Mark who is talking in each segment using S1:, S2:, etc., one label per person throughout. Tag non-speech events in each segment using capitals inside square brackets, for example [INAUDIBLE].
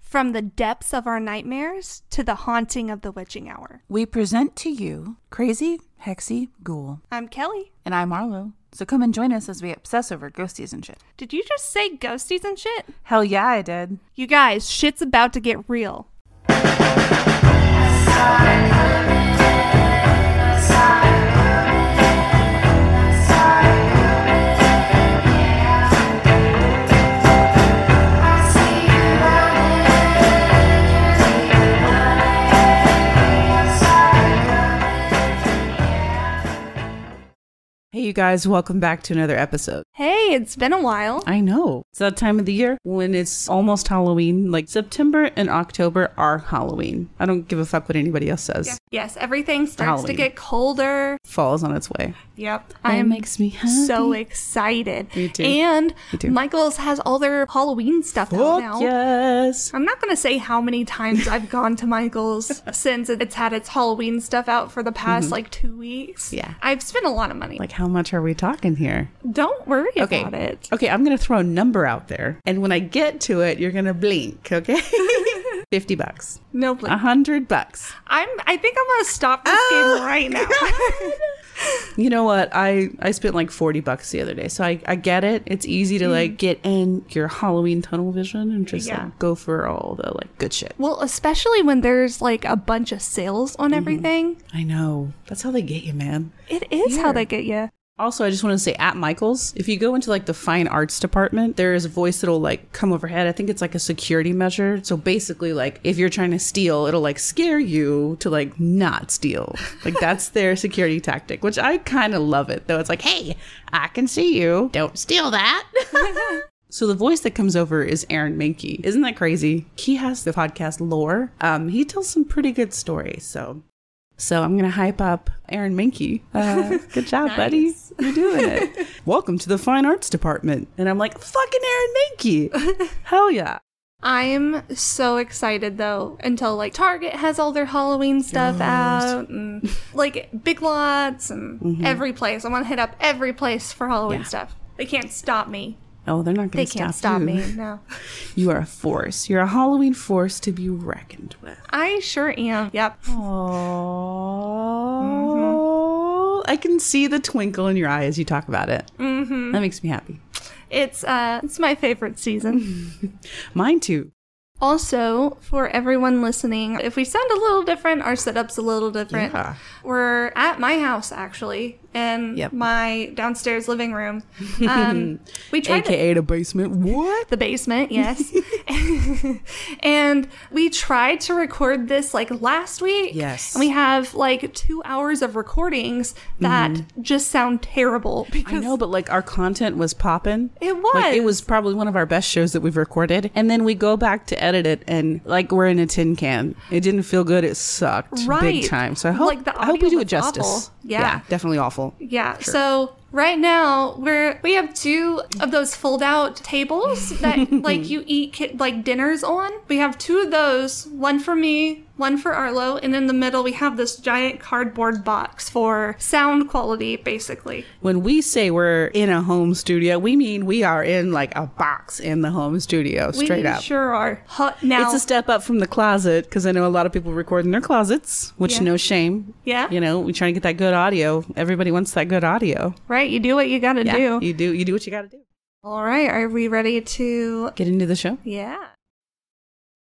S1: From the depths of our nightmares to the haunting of the witching hour.
S2: We present to you Crazy Hexy Ghoul.
S1: I'm Kelly.
S2: And I'm Arlo. So come and join us as we obsess over ghosties and shit.
S1: Did you just say ghosties and shit?
S2: Hell yeah, I did.
S1: You guys, shit's about to get real.
S3: Hey, you guys, welcome back to another episode.
S1: Hey, it's been a while.
S3: I know. It's that time of the year when it's almost Halloween. Like September and October are Halloween. I don't give a fuck what anybody else says.
S1: Yes, everything starts to
S3: Halloween.
S1: get colder.
S3: Fall's on its way.
S1: Yep.
S3: It
S1: I'm
S3: makes me happy.
S1: so excited.
S3: Me too.
S1: And
S3: Me too.
S1: Michael's has all their Halloween stuff out now.
S3: Fuck yes.
S1: I'm not going to say how many times
S3: [LAUGHS]
S1: I've gone to Michael's since it's had its Halloween stuff out for the past like two weeks.
S3: Mm-hmm. Yeah.
S1: I've spent a lot of money.
S3: Like, how much are we talking here?
S1: Don't worry
S3: Okay.
S1: about it.
S3: Okay, I'm going to throw a number out there. And when I get to it, you're going to blink,
S1: [LAUGHS]
S3: okay? 50 bucks.
S1: No,
S3: a
S1: Blake.
S3: 100 bucks.
S1: I'm. I think I'm gonna stop this game right now. [LAUGHS]
S3: You know what? I I spent like 40 bucks the other day. So I I get it. It's easy to like get in your Halloween tunnel vision and just
S1: Yeah.
S3: like go for all the like good shit.
S1: well, especially when there's like a bunch of sales on everything.
S3: I know. That's how they get you, man.
S1: It is how
S3: Yeah.
S1: they get you.
S3: Also, I just want to say at Michael's, if you go into like the fine arts department, there is a voice that'll like come overhead. I think it's like a security measure. So basically, like if you're trying to steal, it'll like scare you to like not steal. Like that's their security tactic, which I kind of love it though. It's like, hey, I can see you. Don't steal that. So the voice that comes over is Aaron Mankey. Isn't that crazy? He has the podcast Lore. Um, he tells some pretty good stories. So, so I'm gonna hype up Aaron Mankey. Uh,
S1: [LAUGHS]
S3: good job, buddy. You're doing it. [LAUGHS] Welcome to the Fine Arts Department. And I'm like, fucking Aaron
S1: [LAUGHS]
S3: Mankey. Hell yeah.
S1: I'm so excited though. Until like Target has all their Halloween stuff out, [LAUGHS] and like Big Lots and every place. I want to hit up every place for Halloween
S3: Yeah.
S1: stuff. They can't stop me.
S3: Oh, they're not
S1: They
S3: gonna
S1: can't
S3: stop
S1: stop
S3: you.
S1: me. No,
S3: You are a force. You're a Halloween force to be reckoned with.
S1: I sure am. Yep.
S3: Oh, I can see the twinkle in your eye as you talk about it. Mm-hmm. That makes me happy.
S1: It's uh, it's my favorite season.
S3: Mine too.
S1: Also, for everyone listening, if we sound a little different, our setup's a little different.
S3: Yeah.
S1: We're at my house actually, in
S3: Yep.
S1: my downstairs living room.
S3: [LAUGHS]
S1: Um, we tried to-
S3: AKA the basement. What?
S1: the basement,
S3: [LAUGHS]
S1: yes. [LAUGHS] and we tried to record this like last week.
S3: Yes.
S1: And we have like two hours of recordings that just sound terrible
S3: Mm-hmm. I
S1: because
S3: know, but like our content was popping.
S1: It
S3: Like, it
S1: was.
S3: was probably one of our best shows that we've recorded. And then we go back to edit it and like we're in a tin can. It didn't feel good. It sucked
S1: Right.
S3: big time. So I hope,
S1: Like, the
S3: I hope
S1: audio
S3: we do
S1: was
S3: it justice.
S1: awful. Yeah.
S3: Definitely awful.
S1: Yeah. So right now we're we have two of those fold out
S3: [LAUGHS]
S1: tables that like you eat ki- like dinners on. We have two of those, one for me, one for Arlo, and in the middle we have this giant cardboard box for sound quality basically.
S3: When we say we're in a home studio, we mean we are in like a box in the home studio, straight
S1: we
S3: up.
S1: sure are. Huh, now
S3: It's a step up from the closet because I know a lot of people record in their closets, which
S1: Yeah.
S3: no shame.
S1: Yeah.
S3: You know, we try to get that good audio. Everybody wants that good audio.
S1: right, you do what you got to do.
S3: You do you do what you gotta do.
S1: All right, are we ready to
S3: Get into the show.
S1: Yeah.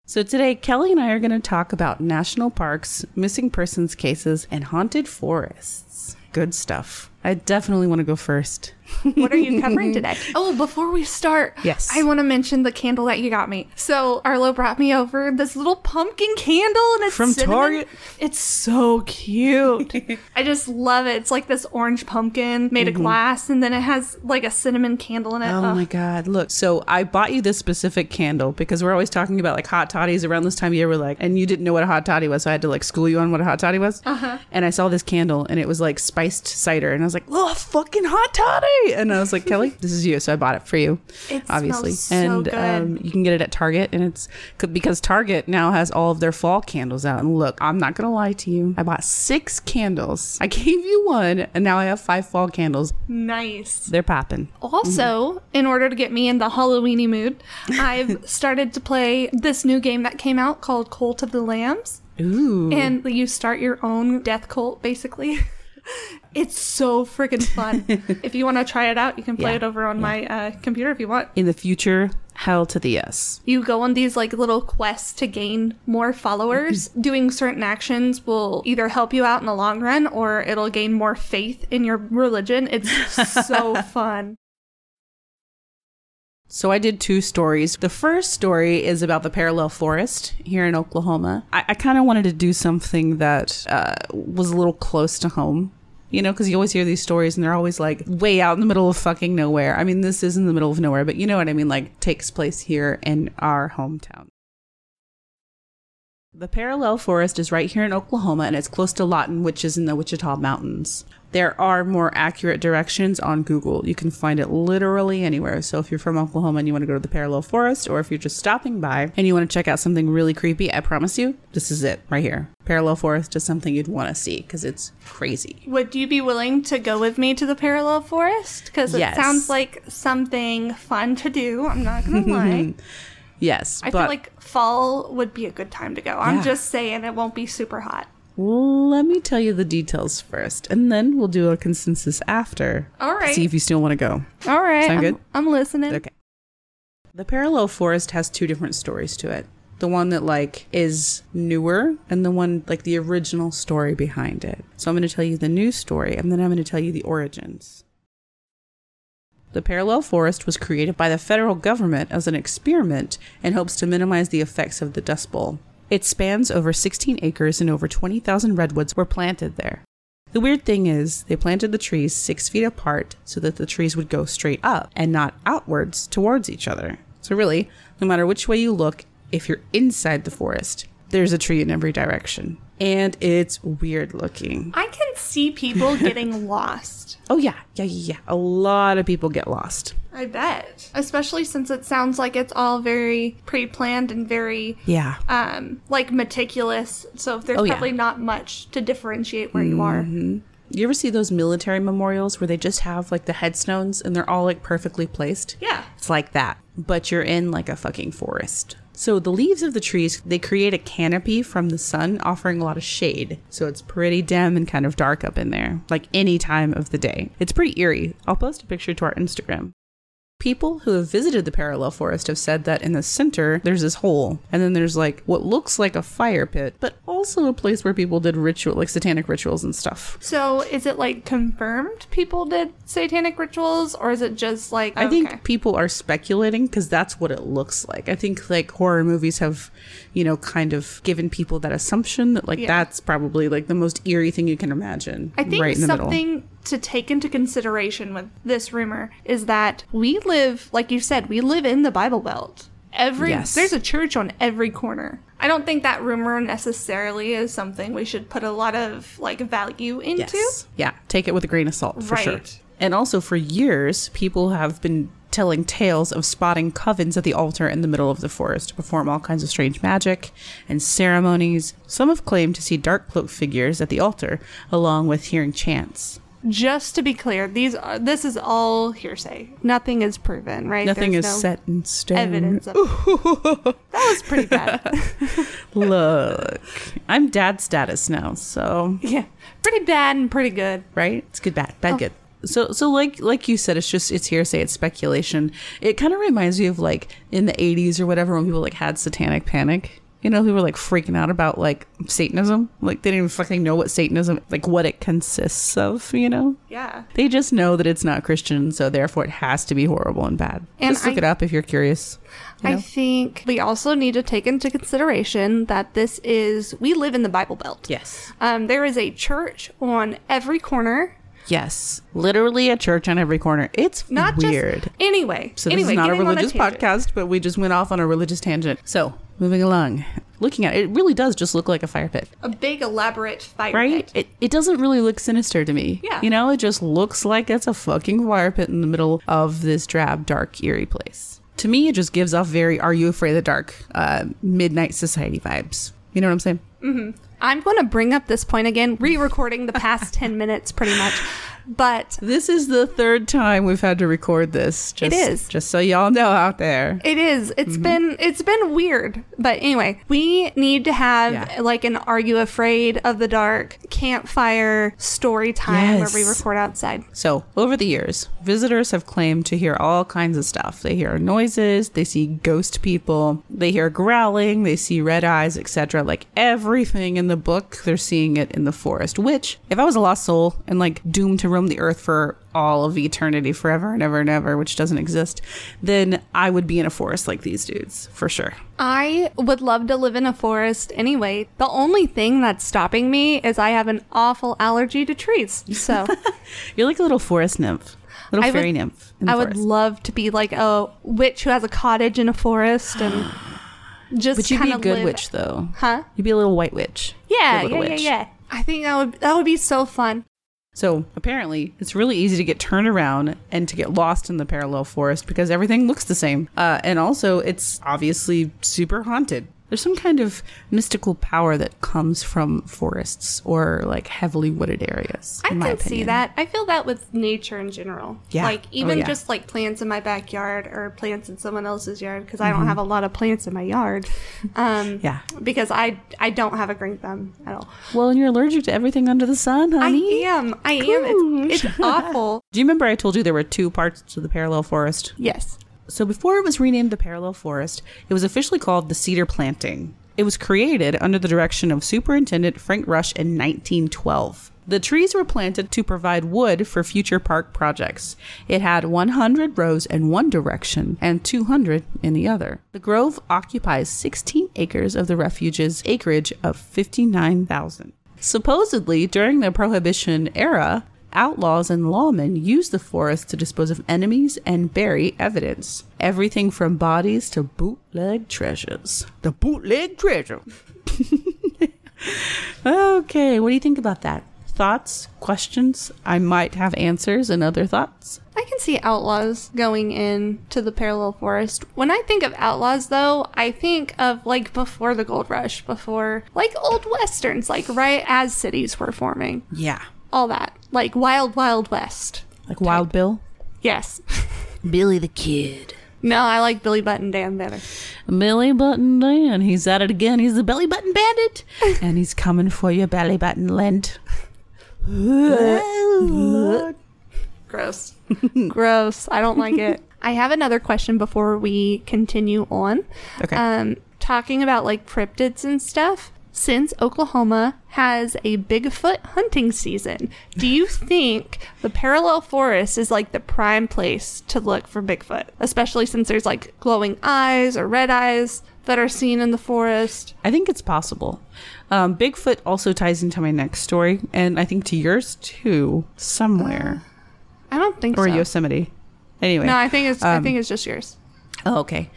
S3: So today Kelly and I are gonna talk about national parks, missing persons cases, and haunted forests. Good stuff. I definitely want to go first.
S1: What are you
S3: [LAUGHS]
S1: covering today? Oh, before we start,
S3: Yes.
S1: I want to mention the candle that you got me. So Arlo brought me over this little pumpkin candle, and it's
S3: From
S1: cinnamon.
S3: Target?
S1: It's
S3: So cute. [LAUGHS]
S1: I just love it. It's like this orange pumpkin made of glass, and then it has like a cinnamon candle in it.
S3: Mm-hmm. Oh
S1: Ugh. [LAUGHS]
S3: my God. Look, so I bought you this specific candle because we're always talking about like hot toddies around this time of year. We're like, and you didn't know what a hot toddy was. So I had to like school you on what a hot toddy was. Uh-huh. And I saw this candle and it was like spiced cider. And I was like, oh, fucking hot toddy. And I was like, Kelly, this is you. So I bought it for you,
S1: It
S3: obviously.
S1: smells so
S3: and
S1: good.
S3: Um, you can get it at Target. And it's c- because Target now has all of their fall candles out. And look, I'm not going to lie to you. I bought six candles. I gave you one, and now I have five fall candles.
S1: Nice.
S3: They're popping.
S1: Also, in order to get me in the Halloweeny mood,
S3: [LAUGHS]
S1: I've started to play this new game that came out called Cult of the Lambs.
S3: Ooh.
S1: And you start your own death cult, basically. [LAUGHS] It's so freaking
S3: [LAUGHS]
S1: fun. if you want to try it out, you can play
S3: Yeah,
S1: it over on my uh, computer if you want.
S3: In the future, hell to the yes.
S1: You go on these like little quests to gain more followers.
S3: Mm-hmm.
S1: Doing certain actions will either help you out in the long run or it'll gain more faith in your religion.
S3: [LAUGHS]
S1: It's so fun.
S3: So I did two stories. The first story is about the parallel forest here in Oklahoma. I, I kind of wanted to do something that uh, was a little close to home. You know, because you always hear these stories and they're always like way out in the middle of fucking nowhere. I mean, this is in the middle of nowhere, but you know what I mean? Like, takes place here in our hometown. The Parallel Forest is right here in Oklahoma and it's close to Lawton, which is in the Wichita Mountains. There are more accurate directions on Google. You can find it literally anywhere. So if you're from Oklahoma and you want to go to the Parallel Forest, or if you're just stopping by and you want to check out something really creepy, I promise you, this is it right here. Parallel Forest is something you'd want to see because it's crazy.
S1: Would you be willing to go with me to the parallel forest? Because it
S3: Yes.
S1: sounds like something fun to do. I'm not gonna
S3: [LAUGHS]
S1: lie.
S3: Yes.
S1: I
S3: but
S1: feel like fall would be a good time to go. I'm
S3: Yeah.
S1: just saying it won't be super hot.
S3: let me tell you the details first and then we'll do a consensus after.
S1: All right.
S3: See if you still want to go.
S1: All right,
S3: Sound
S1: I'm,
S3: good?
S1: I'm listening.
S3: Okay. The Parallel Forest has two different stories to it. The one that like is newer and the one like the original story behind it. So I'm going to tell you the new story and then I'm going to tell you the origins. The Parallel Forest was created by the federal government as an experiment in hopes to minimize the effects of the Dust Bowl. It spans over 16 acres and over 20,000 redwoods were planted there. The weird thing is, they planted the trees six feet apart so that the trees would go straight up and not outwards towards each other. So, really, no matter which way you look, if you're inside the forest, there's a tree in every direction. And it's weird looking.
S1: I can see
S3: [LAUGHS]
S1: people getting lost.
S3: Oh, yeah, yeah, yeah, yeah. A lot of people get lost.
S1: I bet. Especially since it sounds like it's all very pre planned and very
S3: Yeah.
S1: um like meticulous. So there's
S3: Oh, yeah. Mm-hmm.
S1: probably not much to differentiate where you are.
S3: You ever see those military memorials where they just have like the headstones and they're all like perfectly placed?
S1: Yeah.
S3: It's like that, but you're in like a fucking forest. So the leaves of the trees, they create a canopy from the sun, offering a lot of shade. So it's pretty dim and kind of dark up in there, like any time of the day. It's pretty eerie. I'll post a picture to our Instagram. People who have visited the parallel forest have said that in the center there's this hole, and then there's like what looks like a fire pit, but also a place where people did ritual, like satanic rituals and stuff.
S1: So is it like confirmed people did satanic rituals or is it just like
S3: I
S1: okay.
S3: think people are speculating because that's what it looks like. I think like horror movies have, you know, kind of given people that assumption that like
S1: Yeah.
S3: that's probably like the most eerie thing you can imagine.
S1: I think
S3: right in the middle.
S1: something to take into consideration with this rumor is that we live like you said, we live in the Bible Belt. Every
S3: Yes.
S1: there's a church on every corner. I don't think that rumor necessarily is something we should put a lot of like value into.
S3: Yes. Yeah, take it with a grain of salt for sure.
S1: Right.
S3: And also for years, people have been telling tales of spotting covens at the altar in the middle of the forest to perform all kinds of strange magic and ceremonies. Some have claimed to see dark cloaked figures at the altar, along with hearing chants.
S1: Just to be clear, these are this is all hearsay. Nothing is proven, right?
S3: Nothing
S1: There's
S3: is
S1: no
S3: set in stone. [LAUGHS]
S1: evidence of it. That was pretty bad.
S3: Look, I'm dad status now, so
S1: yeah. Pretty bad and pretty good.
S3: right? It's good, bad,
S1: Oh.
S3: bad, good. So, so like, like you said, it's just it's hearsay, it's speculation. It kind of reminds me of like in the '80s or whatever when people like had satanic panic. You know, people were like freaking out about like Satanism. Like they didn't even fucking know what Satanism, like what it consists of. You know,
S1: Yeah.
S3: they just know that it's not Christian, so therefore it has to be horrible and bad.
S1: And
S3: just look
S1: I-
S3: it up if you're curious. you
S1: I
S3: know?
S1: think we also need to take into consideration that this is we live in the Bible Belt.
S3: yes,
S1: Um, there is a church on every corner.
S3: Yes, literally a church on every corner. It's
S1: Not
S3: weird.
S1: just anyway.
S3: so this
S1: anyway,
S3: is not a
S1: getting on
S3: religious
S1: tangent.
S3: podcast, but we just went off on a religious tangent. So moving along, looking at it, it really does just look like a fire pit,
S1: A big elaborate fire
S3: right?
S1: pit.
S3: It, it doesn't really look sinister to me.
S1: Yeah.
S3: you know, it just looks like it's a fucking fire pit in the middle of this drab, dark, eerie place. To me, it just gives off very "Are You Afraid of the Dark?" Uh, midnight society vibes. You know what I'm saying?
S1: I'm going to bring up this point again, re-recording the past
S3: [LAUGHS]
S1: 10 minutes pretty much. But
S3: This is the third time we've had to record this. Just,
S1: It is.
S3: Just so y'all know out there.
S1: It is. It's
S3: Mm-hmm.
S1: been it's been weird. But anyway, we need to have
S3: Yeah.
S1: like an are you afraid of the dark campfire story time where we
S3: Yes.
S1: record outside.
S3: So, over the years, visitors have claimed to hear all kinds of stuff. They hear noises, they see ghost people, they hear growling, they see red eyes, etc. Like everything in the book, they're seeing it in the forest. Which, if I was a lost soul and like doomed to roam the earth for all of eternity, forever and ever and ever, which doesn't exist, then I would be in a forest like these dudes for sure.
S1: I would love to live in a forest anyway. The only thing that's stopping me is I have an awful allergy to
S3: [LAUGHS]
S1: trees. So
S3: You're like a little forest nymph, little
S1: I would-
S3: fairy nymph. In the
S1: I would
S3: forest.
S1: love to be like a witch who has a cottage in a forest
S3: [GASPS]
S1: and just
S3: But you'd be
S1: kinda
S3: a good
S1: live-
S3: witch, though.
S1: Huh?
S3: You'd be a little white witch.
S1: Yeah,
S3: Good
S1: yeah,
S3: little
S1: yeah,
S3: witch.
S1: yeah. I think that would that would be so fun.
S3: So apparently, it's really easy to get turned around and to get lost in the parallel forest because everything looks the same. Uh, and also, it's obviously super haunted. There's some kind of mystical power that comes from forests or like heavily wooded areas.
S1: I
S3: in
S1: can
S3: my
S1: see
S3: opinion.
S1: that. I feel that with nature in general.
S3: Yeah.
S1: Like
S3: Oh,
S1: even
S3: yeah.
S1: just like plants in my backyard or plants in someone else's yard because I don't have a lot of plants in my
S3: [LAUGHS]
S1: yard. Um,
S3: Mm-hmm. Yeah.
S1: Because I I don't have a green thumb at all.
S3: Well, and you're allergic to everything under the sun,
S1: I
S3: honey.
S1: am. I am. It's, it's awful.
S3: Do you remember I told you there were two parts to the parallel forest?
S1: Yes.
S3: So before it was renamed the Parallel Forest, it was officially called the Cedar Planting. It was created under the direction of Superintendent Frank Rush in 1912. The trees were planted to provide wood for future park projects. It had 100 rows in one direction and 200 in the other. The grove occupies 16 acres of the refuge's acreage of 59,000. Supposedly, during the Prohibition era, outlaws and lawmen used the forest to dispose of enemies and bury evidence. Everything from bodies to bootleg treasures. The bootleg treasure. [LAUGHS] okay, what do you think about that? Thoughts, questions? I might have answers and other thoughts.
S1: I can see outlaws going in to the parallel forest. When I think of outlaws though, I think of like before the gold rush, before like old westerns, like right as cities were forming.
S3: Yeah.
S1: All that. Like wild wild west.
S3: Like Wild Bill?
S1: Yes. [LAUGHS]
S3: Billy the Kid.
S1: No, I like Billy Button Dan better.
S3: Billy Button Dan. He's at it again. He's the Belly Button [LAUGHS] Bandit. and he's coming for your Belly Button Lint.
S1: Gross. [LAUGHS] Gross. I don't like it. I have another question before we continue on.
S3: Okay.
S1: Um, talking about like cryptids and stuff. Since Oklahoma has a Bigfoot hunting season, do you think the parallel forest is like the prime place to look for Bigfoot? Especially since there's like glowing eyes or red eyes that are seen in the forest.
S3: I think it's possible. Um, Bigfoot also ties into my next story, and I think to yours too, somewhere
S1: I don't think
S3: or
S1: so.
S3: Yosemite. Anyway,
S1: No, I think it's I
S3: Um,
S1: think it's just yours.
S3: Oh, okay.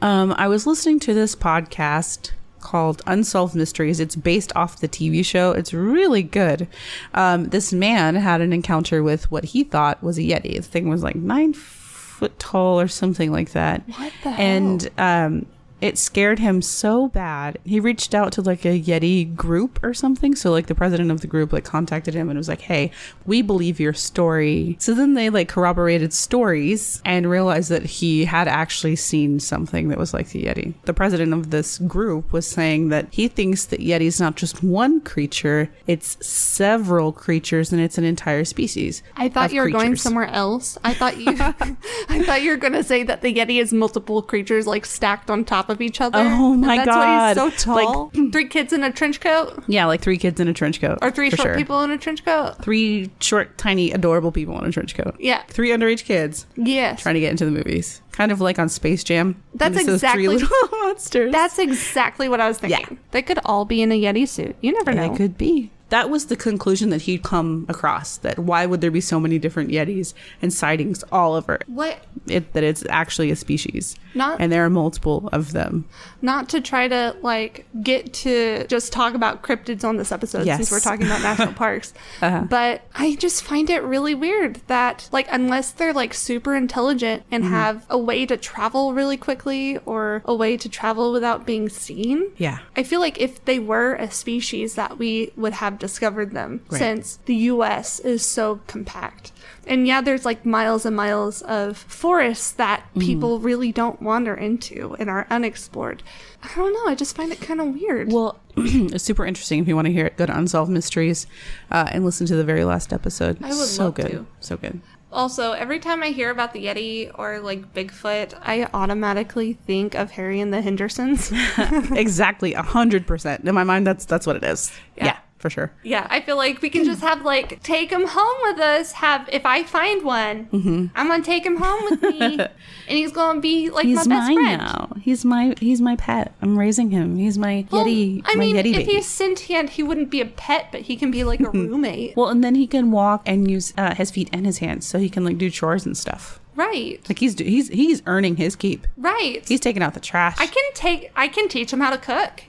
S3: Um, I was listening to this podcast called Unsolved Mysteries. It's based off the TV show. It's really good. Um, this man had an encounter with what he thought was a Yeti. The thing was like nine foot tall or something like that.
S1: What the hell?
S3: And um, it scared him so bad. He reached out to like a Yeti group or something. So like the president of the group like contacted him and was like, "Hey, we believe your story." So then they like corroborated stories and realized that he had actually seen something that was like the Yeti. The president of this group was saying that he thinks that Yeti's not just one creature; it's several creatures and it's an entire species.
S1: I thought
S3: of
S1: you were going
S3: creatures.
S1: somewhere else. I thought
S3: [LAUGHS]
S1: you [LAUGHS] I thought you were going to say that the Yeti is multiple creatures like stacked on top of each other.
S3: Oh
S1: And
S3: my
S1: that's why he's
S3: God.
S1: so
S3: Like-
S1: tall.
S3: [CLEARS THROAT]
S1: three kids in a trench coat
S3: Yeah, like three kids in a trench coat,
S1: or three
S3: for
S1: short
S3: sure.
S1: people in a trench coat.
S3: three short, tiny, adorable people in a trench coat.
S1: Yeah.
S3: Three underage kids
S1: Yes.
S3: trying to get into the movies. Kind of like on Space Jam.
S1: That's
S3: And it's those
S1: exactly-
S3: three little
S1: [LAUGHS]
S3: [LAUGHS] monsters.
S1: That's exactly what I was thinking. They could all be in a Yeti suit. You never know.
S3: It could be. That was the conclusion that he'd come across that why would there be so many different yetis and sightings all over
S1: What?
S3: it that it's actually a species.
S1: Not-
S3: and there are multiple of them.
S1: Not to try to like get to just talk about cryptids on this episode since
S3: Yes. Uh-huh.
S1: we're talking
S3: [LAUGHS]
S1: about national parks, but I just find it really weird that like unless they're like super intelligent and
S3: Mm-hmm.
S1: have a way to travel really quickly or a way to travel without being seen,
S3: Yeah.
S1: I feel like if they were a species that we would have discovered them since the US is so compact. And yeah, there's like miles and miles of forests that people really don't wander into and are unexplored. I don't know, I just find it kind of weird.
S3: Well, [CLEARS THROAT] it's super interesting. If you want to hear it, go to Unsolved Mysteries uh, and listen to the very last episode.
S1: I would
S3: so
S1: love
S3: good.
S1: to.
S3: So good.
S1: also, every time I hear about the Yeti or like Bigfoot, I automatically think of Harry and the Hendersons. [LAUGHS]
S3: exactly. A hundred percent. In my mind, that's that's what it is.
S1: Yeah.
S3: Yeah, for sure.
S1: Yeah, I feel like we can just have like take him home with us. Have if I find one,
S3: Mm-hmm.
S1: I'm gonna take him home with
S3: [LAUGHS]
S1: me, and he's gonna be like my best friend.
S3: He's my he's my pet. I'm raising him. He's my
S1: Well,
S3: Yeti.
S1: I
S3: my
S1: mean,
S3: Yeti
S1: if
S3: baby.
S1: he's sentient, he wouldn't be a pet, but he can be like
S3: [LAUGHS]
S1: a roommate,
S3: Well, and then he can walk and use uh, his feet and his hands, so he can like do chores and stuff.
S1: right?
S3: Like he's do- he's he's earning his keep.
S1: Right.
S3: He's taking out the trash. [LAUGHS]
S1: I can take. I can teach him how to cook.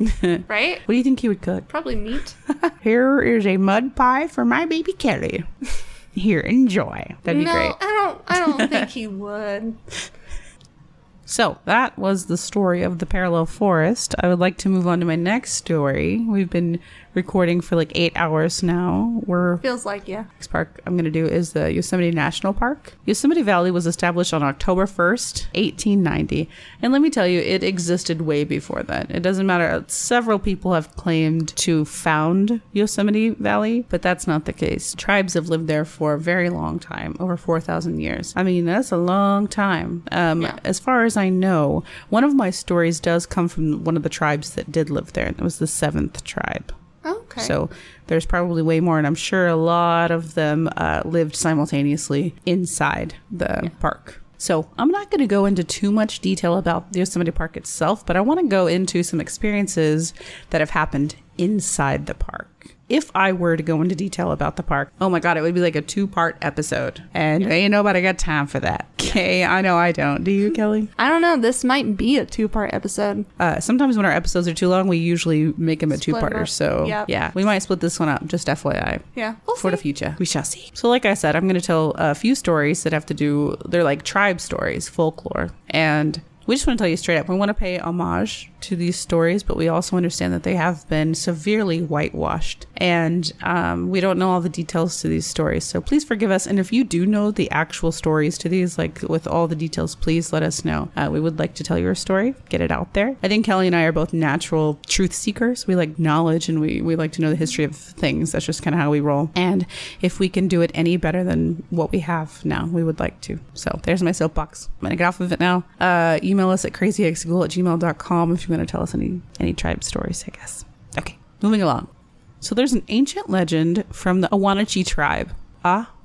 S1: right.
S3: what do you think he would cook?
S1: Probably
S3: [LAUGHS]
S1: meat.
S3: Here is a mud pie for my baby Kelly. [LAUGHS] Here, enjoy. That'd be
S1: no,
S3: great.
S1: I don't. I
S3: [LAUGHS]
S1: don't think he would.
S3: So that was the story of the parallel forest. I would like to move on to my next story. We've been recording for like eight hours now. We're
S1: Feels like yeah.
S3: next park I'm going to do is the Yosemite National Park. Yosemite Valley was established on October 1st, 1890. And let me tell you, it existed way before that. It doesn't matter. uh, Several people have claimed to found Yosemite Valley, but that's not the case. Tribes have lived there for a very long time, over 4,000 years. I mean, that's a long time. Um,
S1: Yeah.
S3: As far as I know, one of my stories does come from one of the tribes that did live there, and it was the seventh tribe.
S1: Okay.
S3: So there's probably way more, and I'm sure a lot of them uh, lived simultaneously inside the park. So I'm not going to go into too much detail about the Yosemite Park itself, but I want to go into some experiences that have happened inside the park. If I were to go into detail about the park, oh my God, it would be like a two part episode. And ain't nobody got time for that. Okay, I know I don't. Do you, Kelly?
S1: I don't know. This might be a two-part episode.
S3: Uh, sometimes when our episodes are too long, we usually make them a two
S1: Split 'em
S3: parter.
S1: up.
S3: So
S1: Yep.
S3: yeah, we might split this one up. Just FYI.
S1: Yeah. We'll
S3: For the
S1: see.
S3: future, we shall see. So, like I said, I'm going to tell a few stories that have to do. They're like tribe stories, folklore, and we just want to tell you straight up. We want to pay homage to these stories, but we also understand that they have been severely whitewashed, and um, we don't know all the details to these stories. So please forgive us. And if you do know the actual stories to these, like with all the details, please let us know. Uh, we would like to tell your story, get it out there. I think Kelly and I are both natural truth seekers. We like knowledge and we, we like to know the history of things. That's just kind of how we roll. And if we can do it any better than what we have now, we would like to. So there's my soapbox. I'm going to get off of it now. Uh, email us at crazyxghoul at gmail.com if you want to tell us any, any tribe stories, I guess. Okay, moving along. So there's an ancient legend from the Awanachi tribe.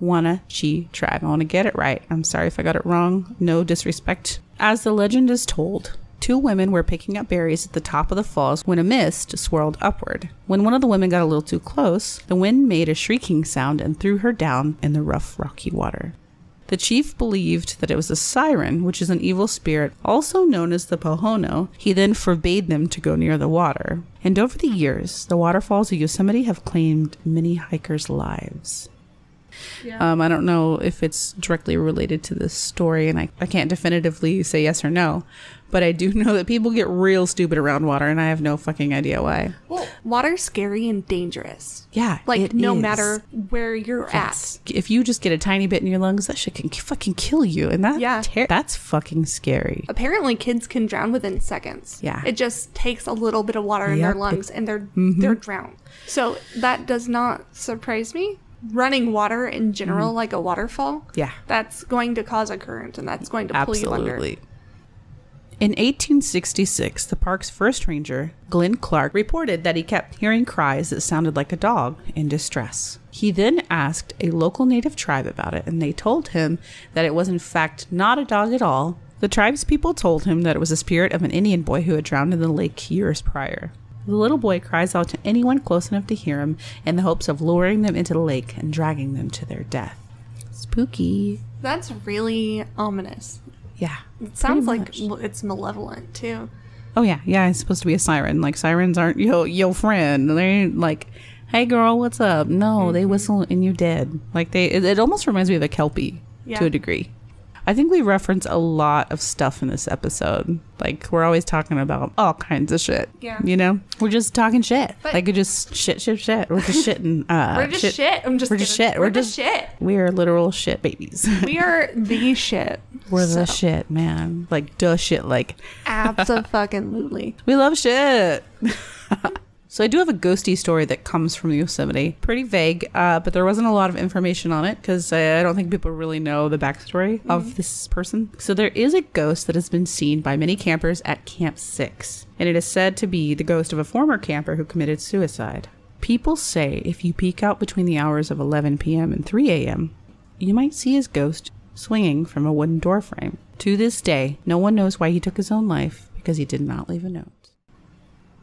S3: Awanachi tribe. I want to get it right. I'm sorry if I got it wrong. No disrespect. As the legend is told, two women were picking up berries at the top of the falls when a mist swirled upward. When one of the women got a little too close, the wind made a shrieking sound and threw her down in the rough, rocky water. The chief believed that it was a siren, which is an evil spirit, also known as the Pohono. He then forbade them to go near the water. And over the years, the waterfalls of Yosemite have claimed many hikers' lives. Um, I don't know if it's directly related to this story, and I, I can't definitively say yes or no, but I do [LAUGHS] know that people get real stupid around water, and I have no fucking idea why.
S1: Well, water's scary and dangerous.
S3: Yeah,
S1: Like
S3: it
S1: no
S3: is.
S1: matter where you're
S3: Yes. If you just get a tiny bit in your lungs, that shit can k- fucking kill you, and that
S1: Yeah.
S3: ter- that's fucking scary.
S1: at. Apparently, kids can drown within seconds.
S3: Yeah.
S1: it just takes a little bit of water in
S3: Yep, Mm-hmm.
S1: their
S3: it-
S1: lungs, and they're they're drowned. So that does not surprise me. Running water in general, like a waterfall,
S3: Mm-hmm. Yeah.
S1: that's going to cause a current, and that's going to pull you under.
S3: In 1866, the park's first ranger, Glenn Clark, reported that he kept hearing cries that sounded like a dog in distress. He then asked a local native tribe about it, and they told him that it was, in fact, not a dog at all. The tribe's people told him that it was the spirit of an Indian boy who had drowned in the lake years prior. The little boy cries out to anyone close enough to hear him in the hopes of luring them into the lake and dragging them to their death. Spooky.
S1: That's really ominous.
S3: Yeah.
S1: It sounds
S3: Pretty
S1: like
S3: much.
S1: l- it's malevolent too.
S3: Oh yeah, yeah. It's supposed to be a siren. Like sirens aren't yo yo friend. They ain't like, hey girl, what's up? No,
S1: Mm-hmm.
S3: they whistle and you're dead. Like they, it, it almost reminds me of a kelpie
S1: Yeah.
S3: to a degree. I think we reference a lot of stuff in this episode. Like we're always talking about all kinds of shit.
S1: Yeah.
S3: You know, we're just talking shit.
S1: But-
S3: like we just shit, shit, shit. We're
S1: [LAUGHS]
S3: just shitting. Uh,
S1: We're just shit. I'm just
S3: we're just
S1: kidding.
S3: shit.
S1: We're,
S3: We're
S1: just shit.
S3: We're literal shit babies. [LAUGHS]
S1: We are the shit.
S3: we're the shit, [LAUGHS] man. Like duh shit. Like
S1: Absolutely.
S3: We love shit. [LAUGHS] so I do have a ghosty story that comes from Yosemite. Pretty vague, uh, but there wasn't a lot of information on it because I, I don't think people really know the backstory of this person. So there is a ghost that has been seen by many campers at Camp Six, and it is said to be the ghost of a former camper who committed suicide. People say if you peek out between the hours of 11 p.m. and 3 a.m., you might see his ghost swinging from a wooden doorframe. To this day, no one knows why he took his own life because he did not leave a note.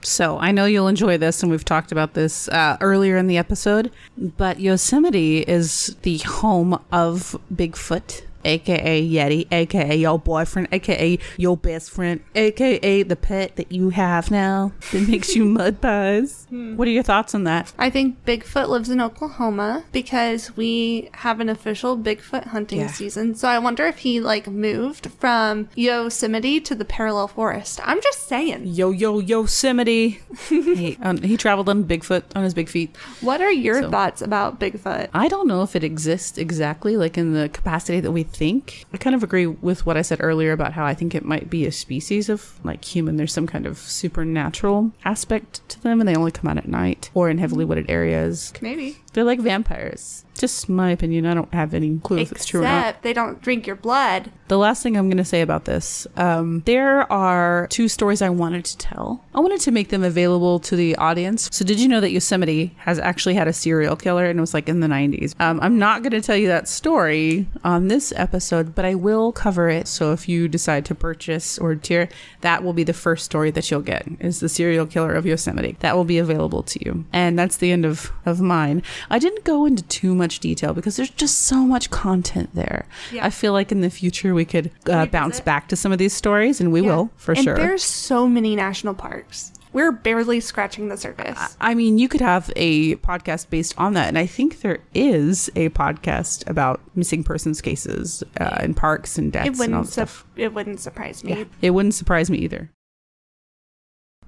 S3: So I know you'll enjoy this, and we've talked about this uh, earlier in the episode. But Yosemite is the home of Bigfoot, aka Yeti, aka your boyfriend, aka your best friend, aka the pet that you have now that makes [LAUGHS] you mud pies. What are your thoughts on that?
S1: I think Bigfoot lives in Oklahoma because we have an official Bigfoot hunting
S3: Yeah.
S1: season. So I wonder if he like moved from Yosemite to the parallel forest. I'm just saying.
S3: Yo yo Yosemite. he, um, he traveled on Bigfoot on his big feet.
S1: What are your
S3: So-
S1: thoughts about Bigfoot?
S3: I don't know if it exists exactly like in the capacity that we think. I kind of agree with what I said earlier about how I think it might be a species of like human. There's some kind of supernatural aspect to them and they only come out at night or in heavily wooded areas.
S1: Maybe.
S3: They're like vampires. Just my opinion. I don't have any clue if it's true or not.
S1: Except they don't drink your blood.
S3: The last thing I'm going to say about this um, there are two stories I wanted to tell. I wanted to make them available to the audience. So, did you know that Yosemite has actually had a serial killer and it was like in the 90s? Um, I'm not going to tell you that story on this episode, but I will cover it. So, if you decide to purchase or tier, that will be the first story that you'll get is the serial killer of Yosemite. That will be available to you. And that's the end of, of mine. I didn't go into too much detail because there's just so much content there.
S1: Yeah.
S3: I feel like in the future we could uh, bounce back to some of these stories, and we
S1: Yeah.
S3: will for
S1: and
S3: sure.
S1: There's so many national parks. We're barely scratching the surface.
S3: I mean, you could have a podcast based on that, and I think there is a podcast about missing persons cases uh, in parks and
S1: it
S3: deaths and all
S1: wouldn't
S3: that stuff.
S1: su- it wouldn't surprise me.
S3: Yeah, it wouldn't surprise me either.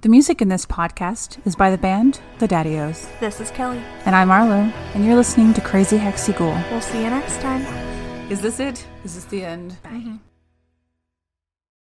S2: The music in this podcast is by the band The Daddios.
S1: This is Kelly.
S2: And I'm Arlo, and you're listening to Crazy Hexy Ghoul.
S1: We'll see you next time.
S2: Is this it? Is this the end?